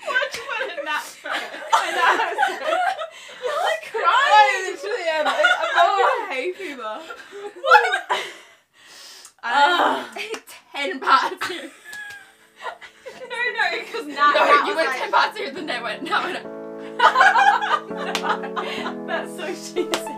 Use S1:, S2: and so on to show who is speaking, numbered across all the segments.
S1: Why'd you put in that
S2: I know.
S1: You're like
S2: I
S1: crying.
S2: literally am. I'm not hay fever.
S1: What?
S2: Um,
S3: ten parts. no,
S1: no, no, because now that
S3: you
S1: was
S3: went
S1: like-
S3: ten parts through, then I went no. no.
S1: That's so cheesy.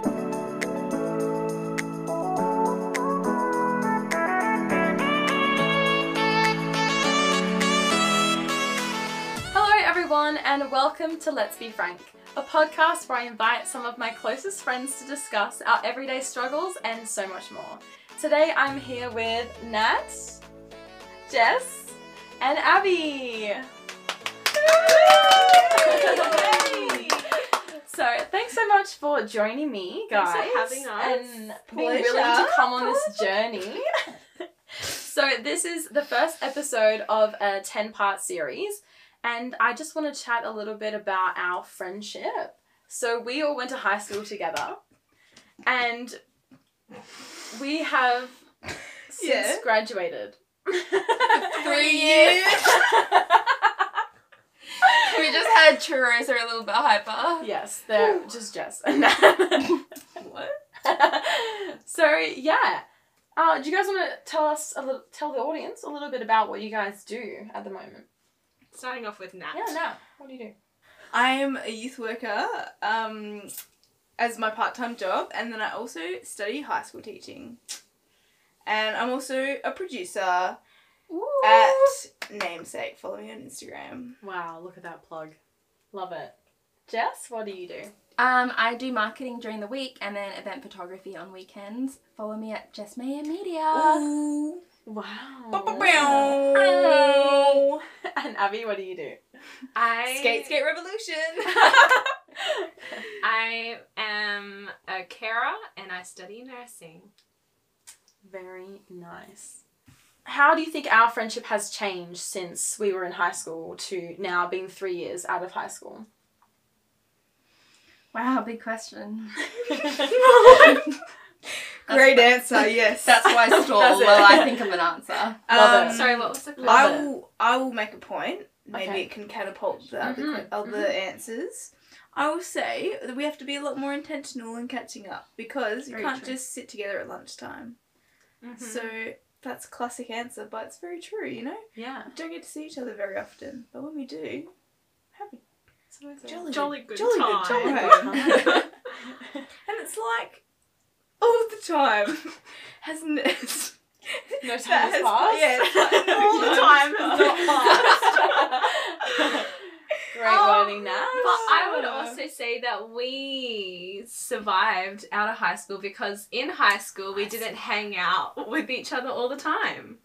S3: Hello, everyone, and welcome to Let's Be Frank, a podcast where I invite some of my closest friends to discuss our everyday struggles and so much more. Today, I'm here with Nat, Jess, and Abby. So thanks so much for joining me,
S1: Thanks
S3: guys,
S1: for having us.
S3: and being willing
S2: Pleasure.
S3: to come on this journey. so this is the first episode of a ten-part series, and I just want to chat a little bit about our friendship. So we all went to high school together, and we have since
S2: Yeah.
S3: graduated. Three we just had
S2: churros are a little bit hyper.
S3: Yes, they're
S2: Ooh.
S3: just Jess. what? so yeah, uh, do you guys want to tell us a little, tell the audience a little bit about what you guys do at the moment?
S1: Starting off with Nat.
S3: Yeah, now what do you do?
S2: I'm a youth worker um, as my part time job, and then I also study high school teaching. And I'm also a producer
S3: Uh,
S2: at Namesake. Follow me on Instagram.
S3: wow, look at that plug. Love it. Jess, what do you do?
S4: Um, I do marketing during the week and then event photography on weekends. Follow me at Jess Mayer Media.
S2: Ooh.
S3: Wow.
S2: Bow-bow-bow.
S3: and Abby, what do you do?
S1: I
S2: Skate Skate Revolution.
S1: I am a carer and I study nursing.
S3: Very nice. How do you think our friendship has changed since we were in high school to now being three years out of high school?
S4: Wow, big question.
S2: Great answer, yes. Um,
S4: That's why I stall
S3: That's it.
S4: while I think of an answer.
S3: Love it.
S1: Sorry, what was the question?
S3: Love
S2: I
S3: it.
S2: will. I will make a point. Maybe
S3: Okay.
S2: it can catapult the other,
S3: Mhm,
S2: que- other answers. I will say that we have to be a lot more intentional in catching up because you
S4: Very
S2: can't
S4: true.
S2: just sit together at lunchtime.
S3: Mm-hmm.
S1: Mhm.
S2: So that's a classic answer, but it's very true. You know,
S3: Yeah.
S2: we don't get to see each other very often, but when we do, happy jolly,
S1: jolly good time.
S2: jolly
S3: Jolly
S2: good time. and it's like all the time, hasn't it?
S3: No time
S2: That
S3: has
S2: has-
S3: passed.
S2: yeah, it's like
S1: all the time has
S3: passed. Great
S2: Oh,
S1: Um,
S3: wording, Nat.
S1: But I would also say that we survived out of high school because in high school we didn't hang out with each other all the time.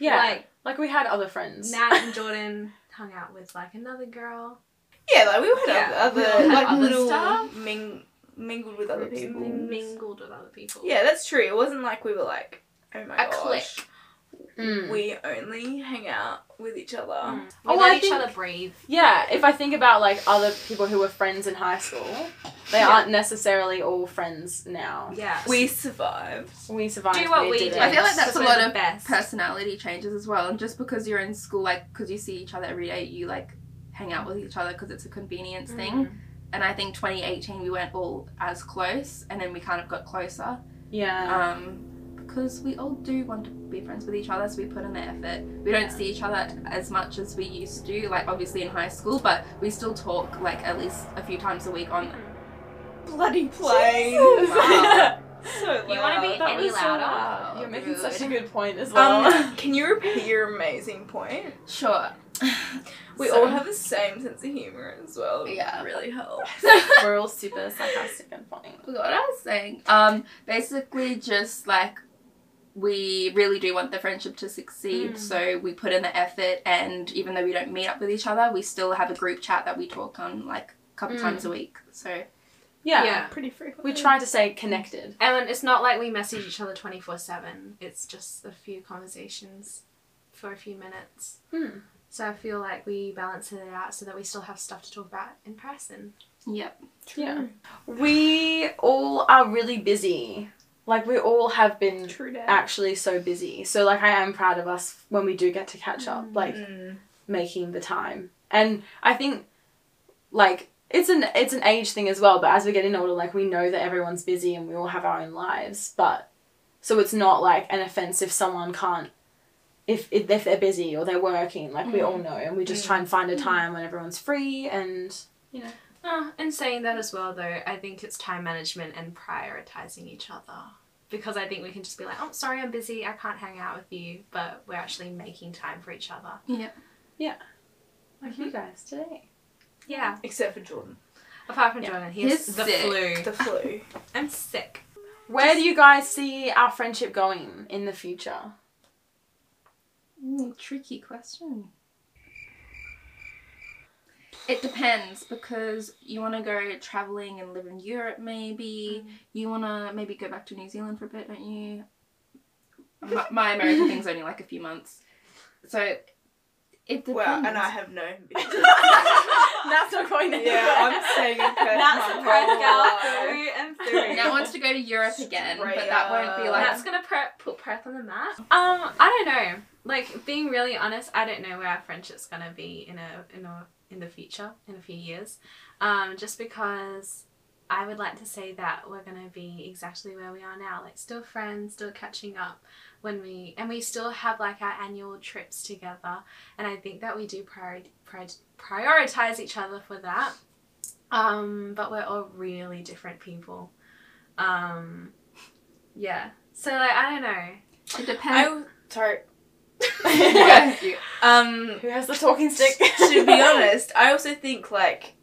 S3: Yeah, like,
S1: Like
S3: we had other friends.
S1: Nat and Jordan hung out with like another girl.
S2: Yeah, like we would
S1: Yeah,
S2: have
S1: we
S2: other
S1: all had
S2: like
S1: other
S2: little
S1: stuff.
S2: ming- mingled with other
S3: Groups and
S2: people.
S1: We mingled with other people.
S2: Yeah, that's true. It wasn't like we were like, oh my
S1: A
S2: gosh,
S3: Mm.
S2: we only hang out with each other.
S1: Mm. We
S3: Oh,
S1: let
S3: I
S1: each
S3: think-
S1: other breathe.
S3: yeah, if I think about like other people who were friends in high school, they
S2: Yeah.
S3: aren't necessarily all friends now.
S1: Yeah.
S2: We survived.
S3: We survived.
S1: do what we,
S3: did
S1: did.
S3: it.
S4: I feel like that's a lot
S1: we're the
S4: of
S1: best.
S4: Personality changes as well, and just because you're in school, like because you see each other every day, you like hang out with each other because it's a convenience thing.
S1: Mm.
S4: And I think 2018 we weren't all as close, and then we kind of got closer.
S3: Yeah.
S4: um, because we all do want to be friends with each other, so we put in the effort. We don't see each other as much as we used to, like obviously in high school, but we still talk like at least a few times a week on.
S2: Bloody plane.
S3: Wow.
S2: so
S1: You wanna be-
S3: That
S1: Any
S3: was so
S1: louder?
S3: loud. You're making
S4: Rude.
S3: such a good point as well.
S2: um, can you repeat your amazing point?
S4: Sure.
S2: We
S4: So-
S2: all have the same sense of humor as well.
S4: Yeah.
S2: It really helps.
S3: we're all super sarcastic and funny.
S4: forgot what I was saying. Um, basically, just like we really do want the friendship to succeed,
S1: Mm.
S4: so we put in the effort, and even though we don't meet up with each other, we still have a group chat that we talk on like a couple
S3: Mm.
S4: times a week. So
S3: Yeah.
S1: Yeah.
S2: Pretty frequently.
S3: We try to stay connected.
S1: And it's not like we message each other 24 7. It's just a few conversations for a few minutes.
S3: Hmm.
S1: So I feel like we balance it out so that we still have stuff to talk about in person.
S4: yep.
S3: Yeah. We all are really busy Like we all have been
S2: True that.
S3: actually so busy. So like I am proud of us when we do get to catch up, like
S2: Mm.
S3: making the time. And I think like it's an it's an age thing as well, but as we're getting older, like we know that everyone's busy and we all have our own lives, but so it's not like an offense if someone can't if if, if they're busy or they're working, like we all know and we just try and find a time when everyone's free and
S1: Oh, and saying that as well, though, I think it's time management and prioritizing each other. Because I think we can just be like, oh, sorry, I'm busy, I can't hang out with you, but we're actually making time for each other.
S3: like you guys today.
S1: Yeah.
S2: Except for Jordan.
S1: Apart from Jordan, he has
S4: He's
S1: the
S4: sick.
S1: flu.
S2: The flu.
S1: I'm sick.
S3: Where do you guys see our friendship going in the future?
S4: Ooh, tricky question. It depends because you want to go traveling and live in Europe, maybe.
S2: Mm.
S4: You want to maybe go back to New Zealand for a bit, don't you? My, my American thing's only like a few months. So it depends.
S2: Well, and I have no ambition.
S3: That's not going to
S2: yeah, I'm staying in Perth
S1: That's
S2: my
S1: prep
S2: whole
S1: out
S2: life.
S1: through and through.
S4: now wants to go to Europe again, but that won't
S2: Straight
S4: be
S1: And
S4: like.
S2: up.
S1: that's gonna prep, put prep on the map. Um, I don't know. Like being really honest, I don't know where our friendship's gonna be in a in a in the future in a few years. Um, just because I would like to say that we're gonna be exactly where we are now, like still friends, still catching up when we and we still have like our annual trips together, and I think that we do priori- prior- prioritize each other for that. Um, but we're all really different people. Um, yeah. So like I don't know.
S4: It
S2: I
S4: depends.
S2: w- sorry.
S4: Yeah.
S2: Um,
S3: Who has the talking stick?
S2: to be honest, I also think like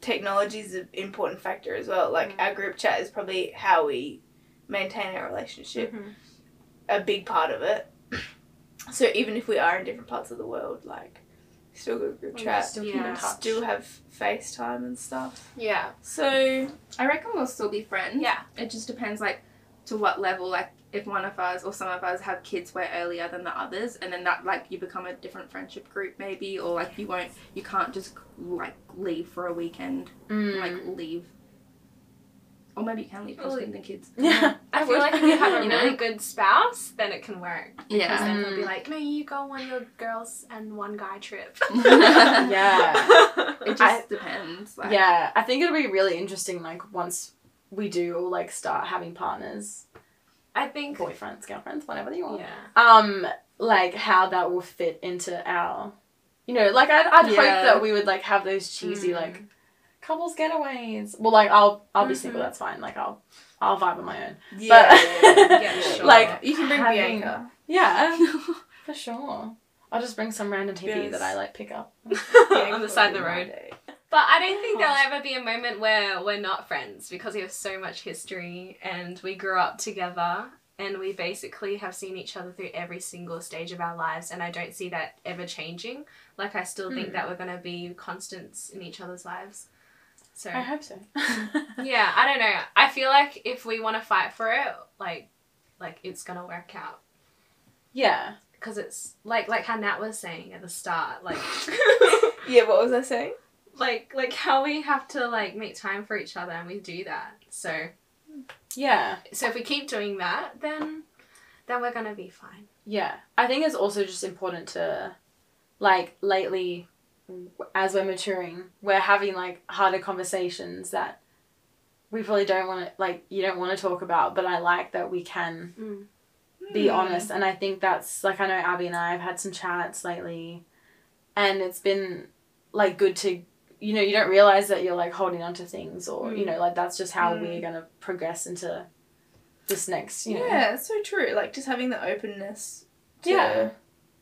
S2: technology is an important factor as well. Like
S1: Mm.
S2: our group chat is probably how we maintain our relationship,
S1: Mm.
S2: a big part of it. So even if we are in different parts of the world, like still got group chat,
S3: Still
S1: keep
S3: keep
S1: in Yeah.
S3: in touch.
S2: still have FaceTime and stuff.
S1: Yeah.
S2: So
S4: I reckon we'll still be friends.
S1: Yeah.
S4: It just depends, like, to what level, like, if one of us or some of us have kids way earlier than the others, and then that, like, you become a different friendship group, maybe, or, like, you won't, you can't just, like, leave for a weekend, and,
S3: Mm.
S4: like, leave. Or maybe you can leave for
S1: Well,
S4: the kids.
S3: yeah.
S1: I feel like if you have a
S4: You know?
S1: really good spouse, then it can work. Because
S4: Yeah.
S1: then they'll be
S3: Mm.
S1: like, no, you go on your girls and one guy trip.
S3: Yeah.
S4: It just
S3: I-
S4: depends. Like,
S3: Yeah, I think it'll be really interesting. Like once we do all like start having partners,
S1: I think.
S3: boyfriends, girlfriends, whatever you want.
S1: Yeah.
S3: Um, like how that will fit into our, you know, like I'd, I'd
S4: Yeah.
S3: hope that we would like have those cheesy
S1: Mm.
S3: like couples getaways. Well, like I'll I'll be single.
S1: Mhm.
S3: That's fine. Like I'll I'll vibe on my own.
S2: yeah,
S1: Yeah, sure.
S3: Like
S2: you can bring
S3: having-
S2: Bianca.
S3: Yeah, for sure. I'll just bring some random hippie that I like pick up.
S1: on the side of the road. But I don't think there'll ever be a moment where we're not friends because we have so much history and we grew up together and we basically have seen each other through every single stage of our lives and I don't see that ever changing. Like I still think that we're gonna be constants in each other's lives. So
S3: I hope so.
S1: yeah, I don't know. I feel like if we want to fight for it, like, like it's gonna work out
S3: yeah.
S1: because it's like like how Nat was saying at the start, like,
S2: Yeah, what was I saying?
S1: like like how we have to like make time for each other and we do that. So
S3: Yeah.
S1: so if we keep doing that, then then we're gonna be fine.
S3: Yeah, I think it's also just important to, like, lately, w- as we're maturing, we're having like harder conversations that we probably don't want to, like, you don't want to talk about. But I like that we can be honest, and I think that's like I know Abby and I have had some chats lately, and it's been like good to, you know, you don't realize that you're like holding on to things, or you know, like that's just how
S2: Mm.
S3: we're gonna progress into this next, you know,
S2: Yeah, it's so true. Like just having the openness to
S3: Yeah.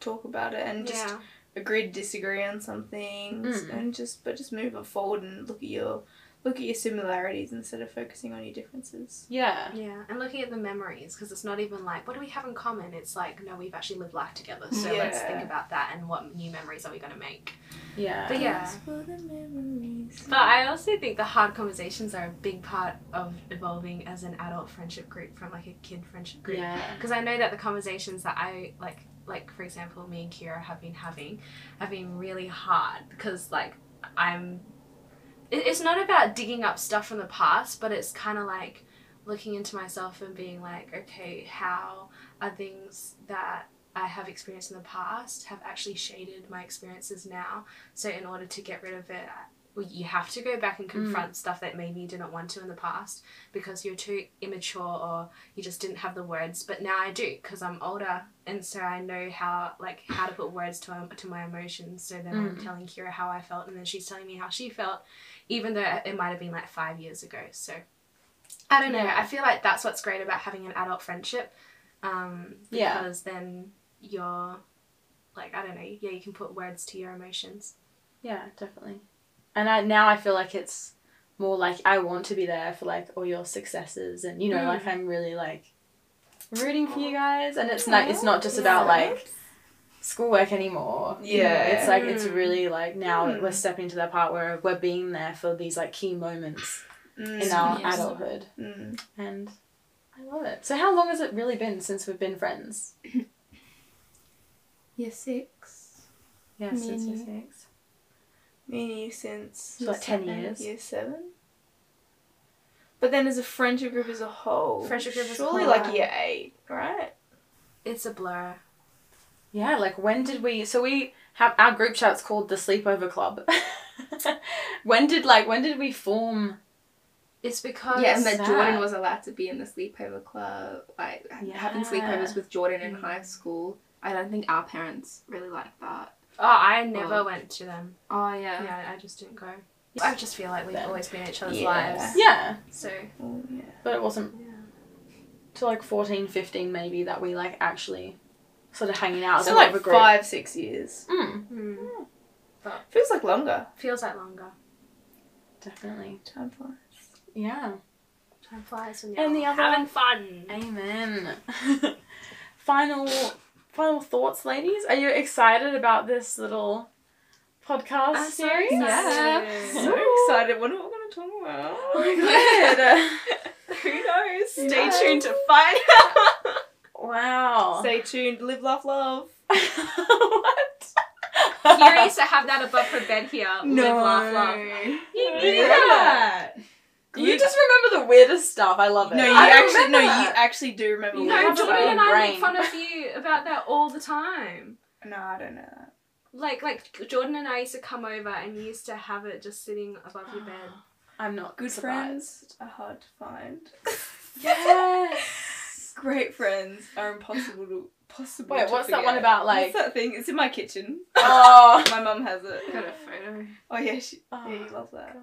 S2: talk about it and just
S1: yeah.
S2: agree to disagree on some things
S3: Mm.
S2: and just but just move it forward and look at your look at your similarities instead of focusing on your differences.
S3: yeah.
S1: Yeah, and looking at the memories because it's not even like what do we have in common. It's like no, we've actually lived life together, so let's
S2: Yeah.
S1: think about that and what new memories are we gonna make.
S3: yeah.
S1: But yeah,
S2: Thanks for the memories.
S1: But I also think the hard conversations are a big part of evolving as an adult friendship group from like a kid friendship group.
S3: Yeah.
S1: Because I know that the conversations that I like, like for example, me and Kira have been having, have been really hard because like I'm, it- it's not about digging up stuff from the past, but it's kind of like looking into myself and being like, okay, how are things that I have experienced in the past have actually shaded my experiences now? So in order to get rid of it, I- well, you have to go back and confront stuff that maybe you didn't want to in the past because you're too immature or you just didn't have the words. But now I do because I'm older, and so I know how like how to put words to to my emotions. So then I'm telling Kira how I felt, and then she's telling me how she felt, even though it might have been like five years ago. So I don't know.
S3: Yeah.
S1: I feel like that's what's great about having an adult friendship, um,
S3: Yeah.
S1: because then you're like I don't know. Yeah, you can put words to your emotions.
S3: Yeah, definitely. And I now I feel like it's more like I want to be there for like all your successes and you know
S1: Mm.
S3: like I'm really like rooting for you guys and it's not it's not just about
S2: Yeah.
S3: like schoolwork anymore. you know,
S2: Yeah.
S3: it's like it's
S1: Mm.
S3: really like now
S2: Mm.
S3: we're stepping to that part where we're being there for these like key moments in
S2: Mm.
S3: our
S4: Yes.
S3: adulthood
S2: Mm.
S3: and I love it. So how long has it really been since we've been friends?
S4: Year six.
S3: Yeah,
S4: Me
S3: since
S4: and
S3: year
S4: you.
S3: six.
S2: Me and you since
S3: So like ten years.
S2: year seven. But then as a friendship group as a whole,
S1: Friendship group as a
S2: surely
S1: whole,
S2: like
S1: yeah.
S2: year eight, right?
S1: It's a blur.
S3: Yeah, like when did we? So we have our group chat's called the Sleepover Club. when did like when did we form?
S1: It's because
S4: yeah, and that
S3: sad.
S4: Jordan was allowed to be in the sleepover club, like ha- having
S3: Yeah.
S4: sleepovers with Jordan in high school. I don't think our parents really liked that.
S1: Oh, I never
S4: Oh.
S1: went to them.
S4: Oh yeah.
S1: Yeah, I just didn't go. I just feel like we've
S3: Then.
S1: always been in each other's
S2: Yeah.
S1: lives.
S3: Yeah,
S1: So
S2: Oh, yeah.
S3: but it wasn't
S1: yeah.
S3: till like 14, 15 maybe that we like actually sort of hanging out as
S2: So
S3: a
S2: like
S3: little group.
S2: five, six years.
S3: Mm,
S1: Mm.
S2: Feels like longer.
S1: Feels like longer.
S3: definitely.
S2: Time flies.
S3: Yeah.
S1: Time flies when
S3: And the other
S1: having fun.
S3: Amen. final final thoughts, ladies. Are you excited about this little podcast
S1: I'm so
S3: series?
S1: excited.
S2: So excited. Wonder what we're gonna talk about.
S3: Oh my
S2: Who knows? Stay
S3: Yeah.
S2: tuned to find
S3: Wow.
S2: out. Stay tuned. Live, laugh, love.
S3: what?
S1: Kira used to have that above her bed here. Live, laugh, love.
S3: You
S2: You
S3: knew
S2: knew
S3: that. You just remember the weirdest stuff. I love it.
S2: No, you
S3: I don't
S2: actually no, you
S3: remember.
S2: actually do remember.
S3: You
S2: what
S1: No,
S3: have
S2: we're
S3: own
S1: Jordan
S2: talking
S1: and I make
S3: brain.
S1: fun of you about that all the time.
S2: about. No, I don't know that.
S1: Like, like Jordan and I used to come over and you used to have it just sitting above your bed.
S3: I'm not
S2: Good
S3: surprised.
S2: friends are hard to find.
S3: Yes.
S2: Great friends are impossible to possible.
S3: Wait,
S2: to
S3: what's that one
S2: forget.
S3: about? Like,
S2: what's that thing? It's in my kitchen.
S3: oh,
S2: My mum has it.
S4: Got a photo.
S2: Oh yeah, she,
S3: Oh,
S2: yeah, you love that.
S3: God.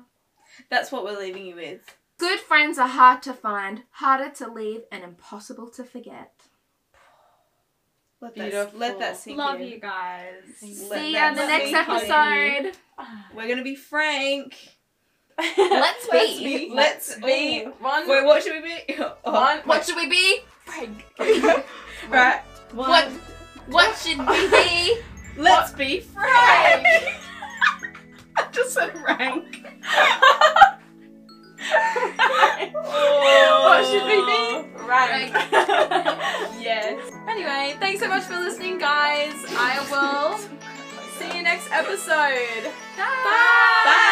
S2: That's what we're leaving you with.
S4: Good friends are hard to find, harder to leave, and impossible to forget.
S2: Let that, let
S3: Beautiful.
S2: that sink
S1: Love
S2: in.
S1: you guys.
S3: Let
S4: See ya
S2: that
S4: in the
S2: sink
S4: next
S2: in.
S4: episode.
S2: We're gonna be frank.
S4: Let's
S3: Let's
S4: be.
S3: be.
S2: Let's
S3: be
S2: be.
S3: one.
S2: Wait, what should we be? Oh,
S3: one.
S4: What should we be?
S3: Frank.
S2: Right.
S4: What? What should we be?
S2: Let's be frank. I just said rank.
S3: what should we be? Right.
S2: yes.
S3: Anyway, thanks so much for listening, guys. I will see you next episode. Bye.
S2: Bye.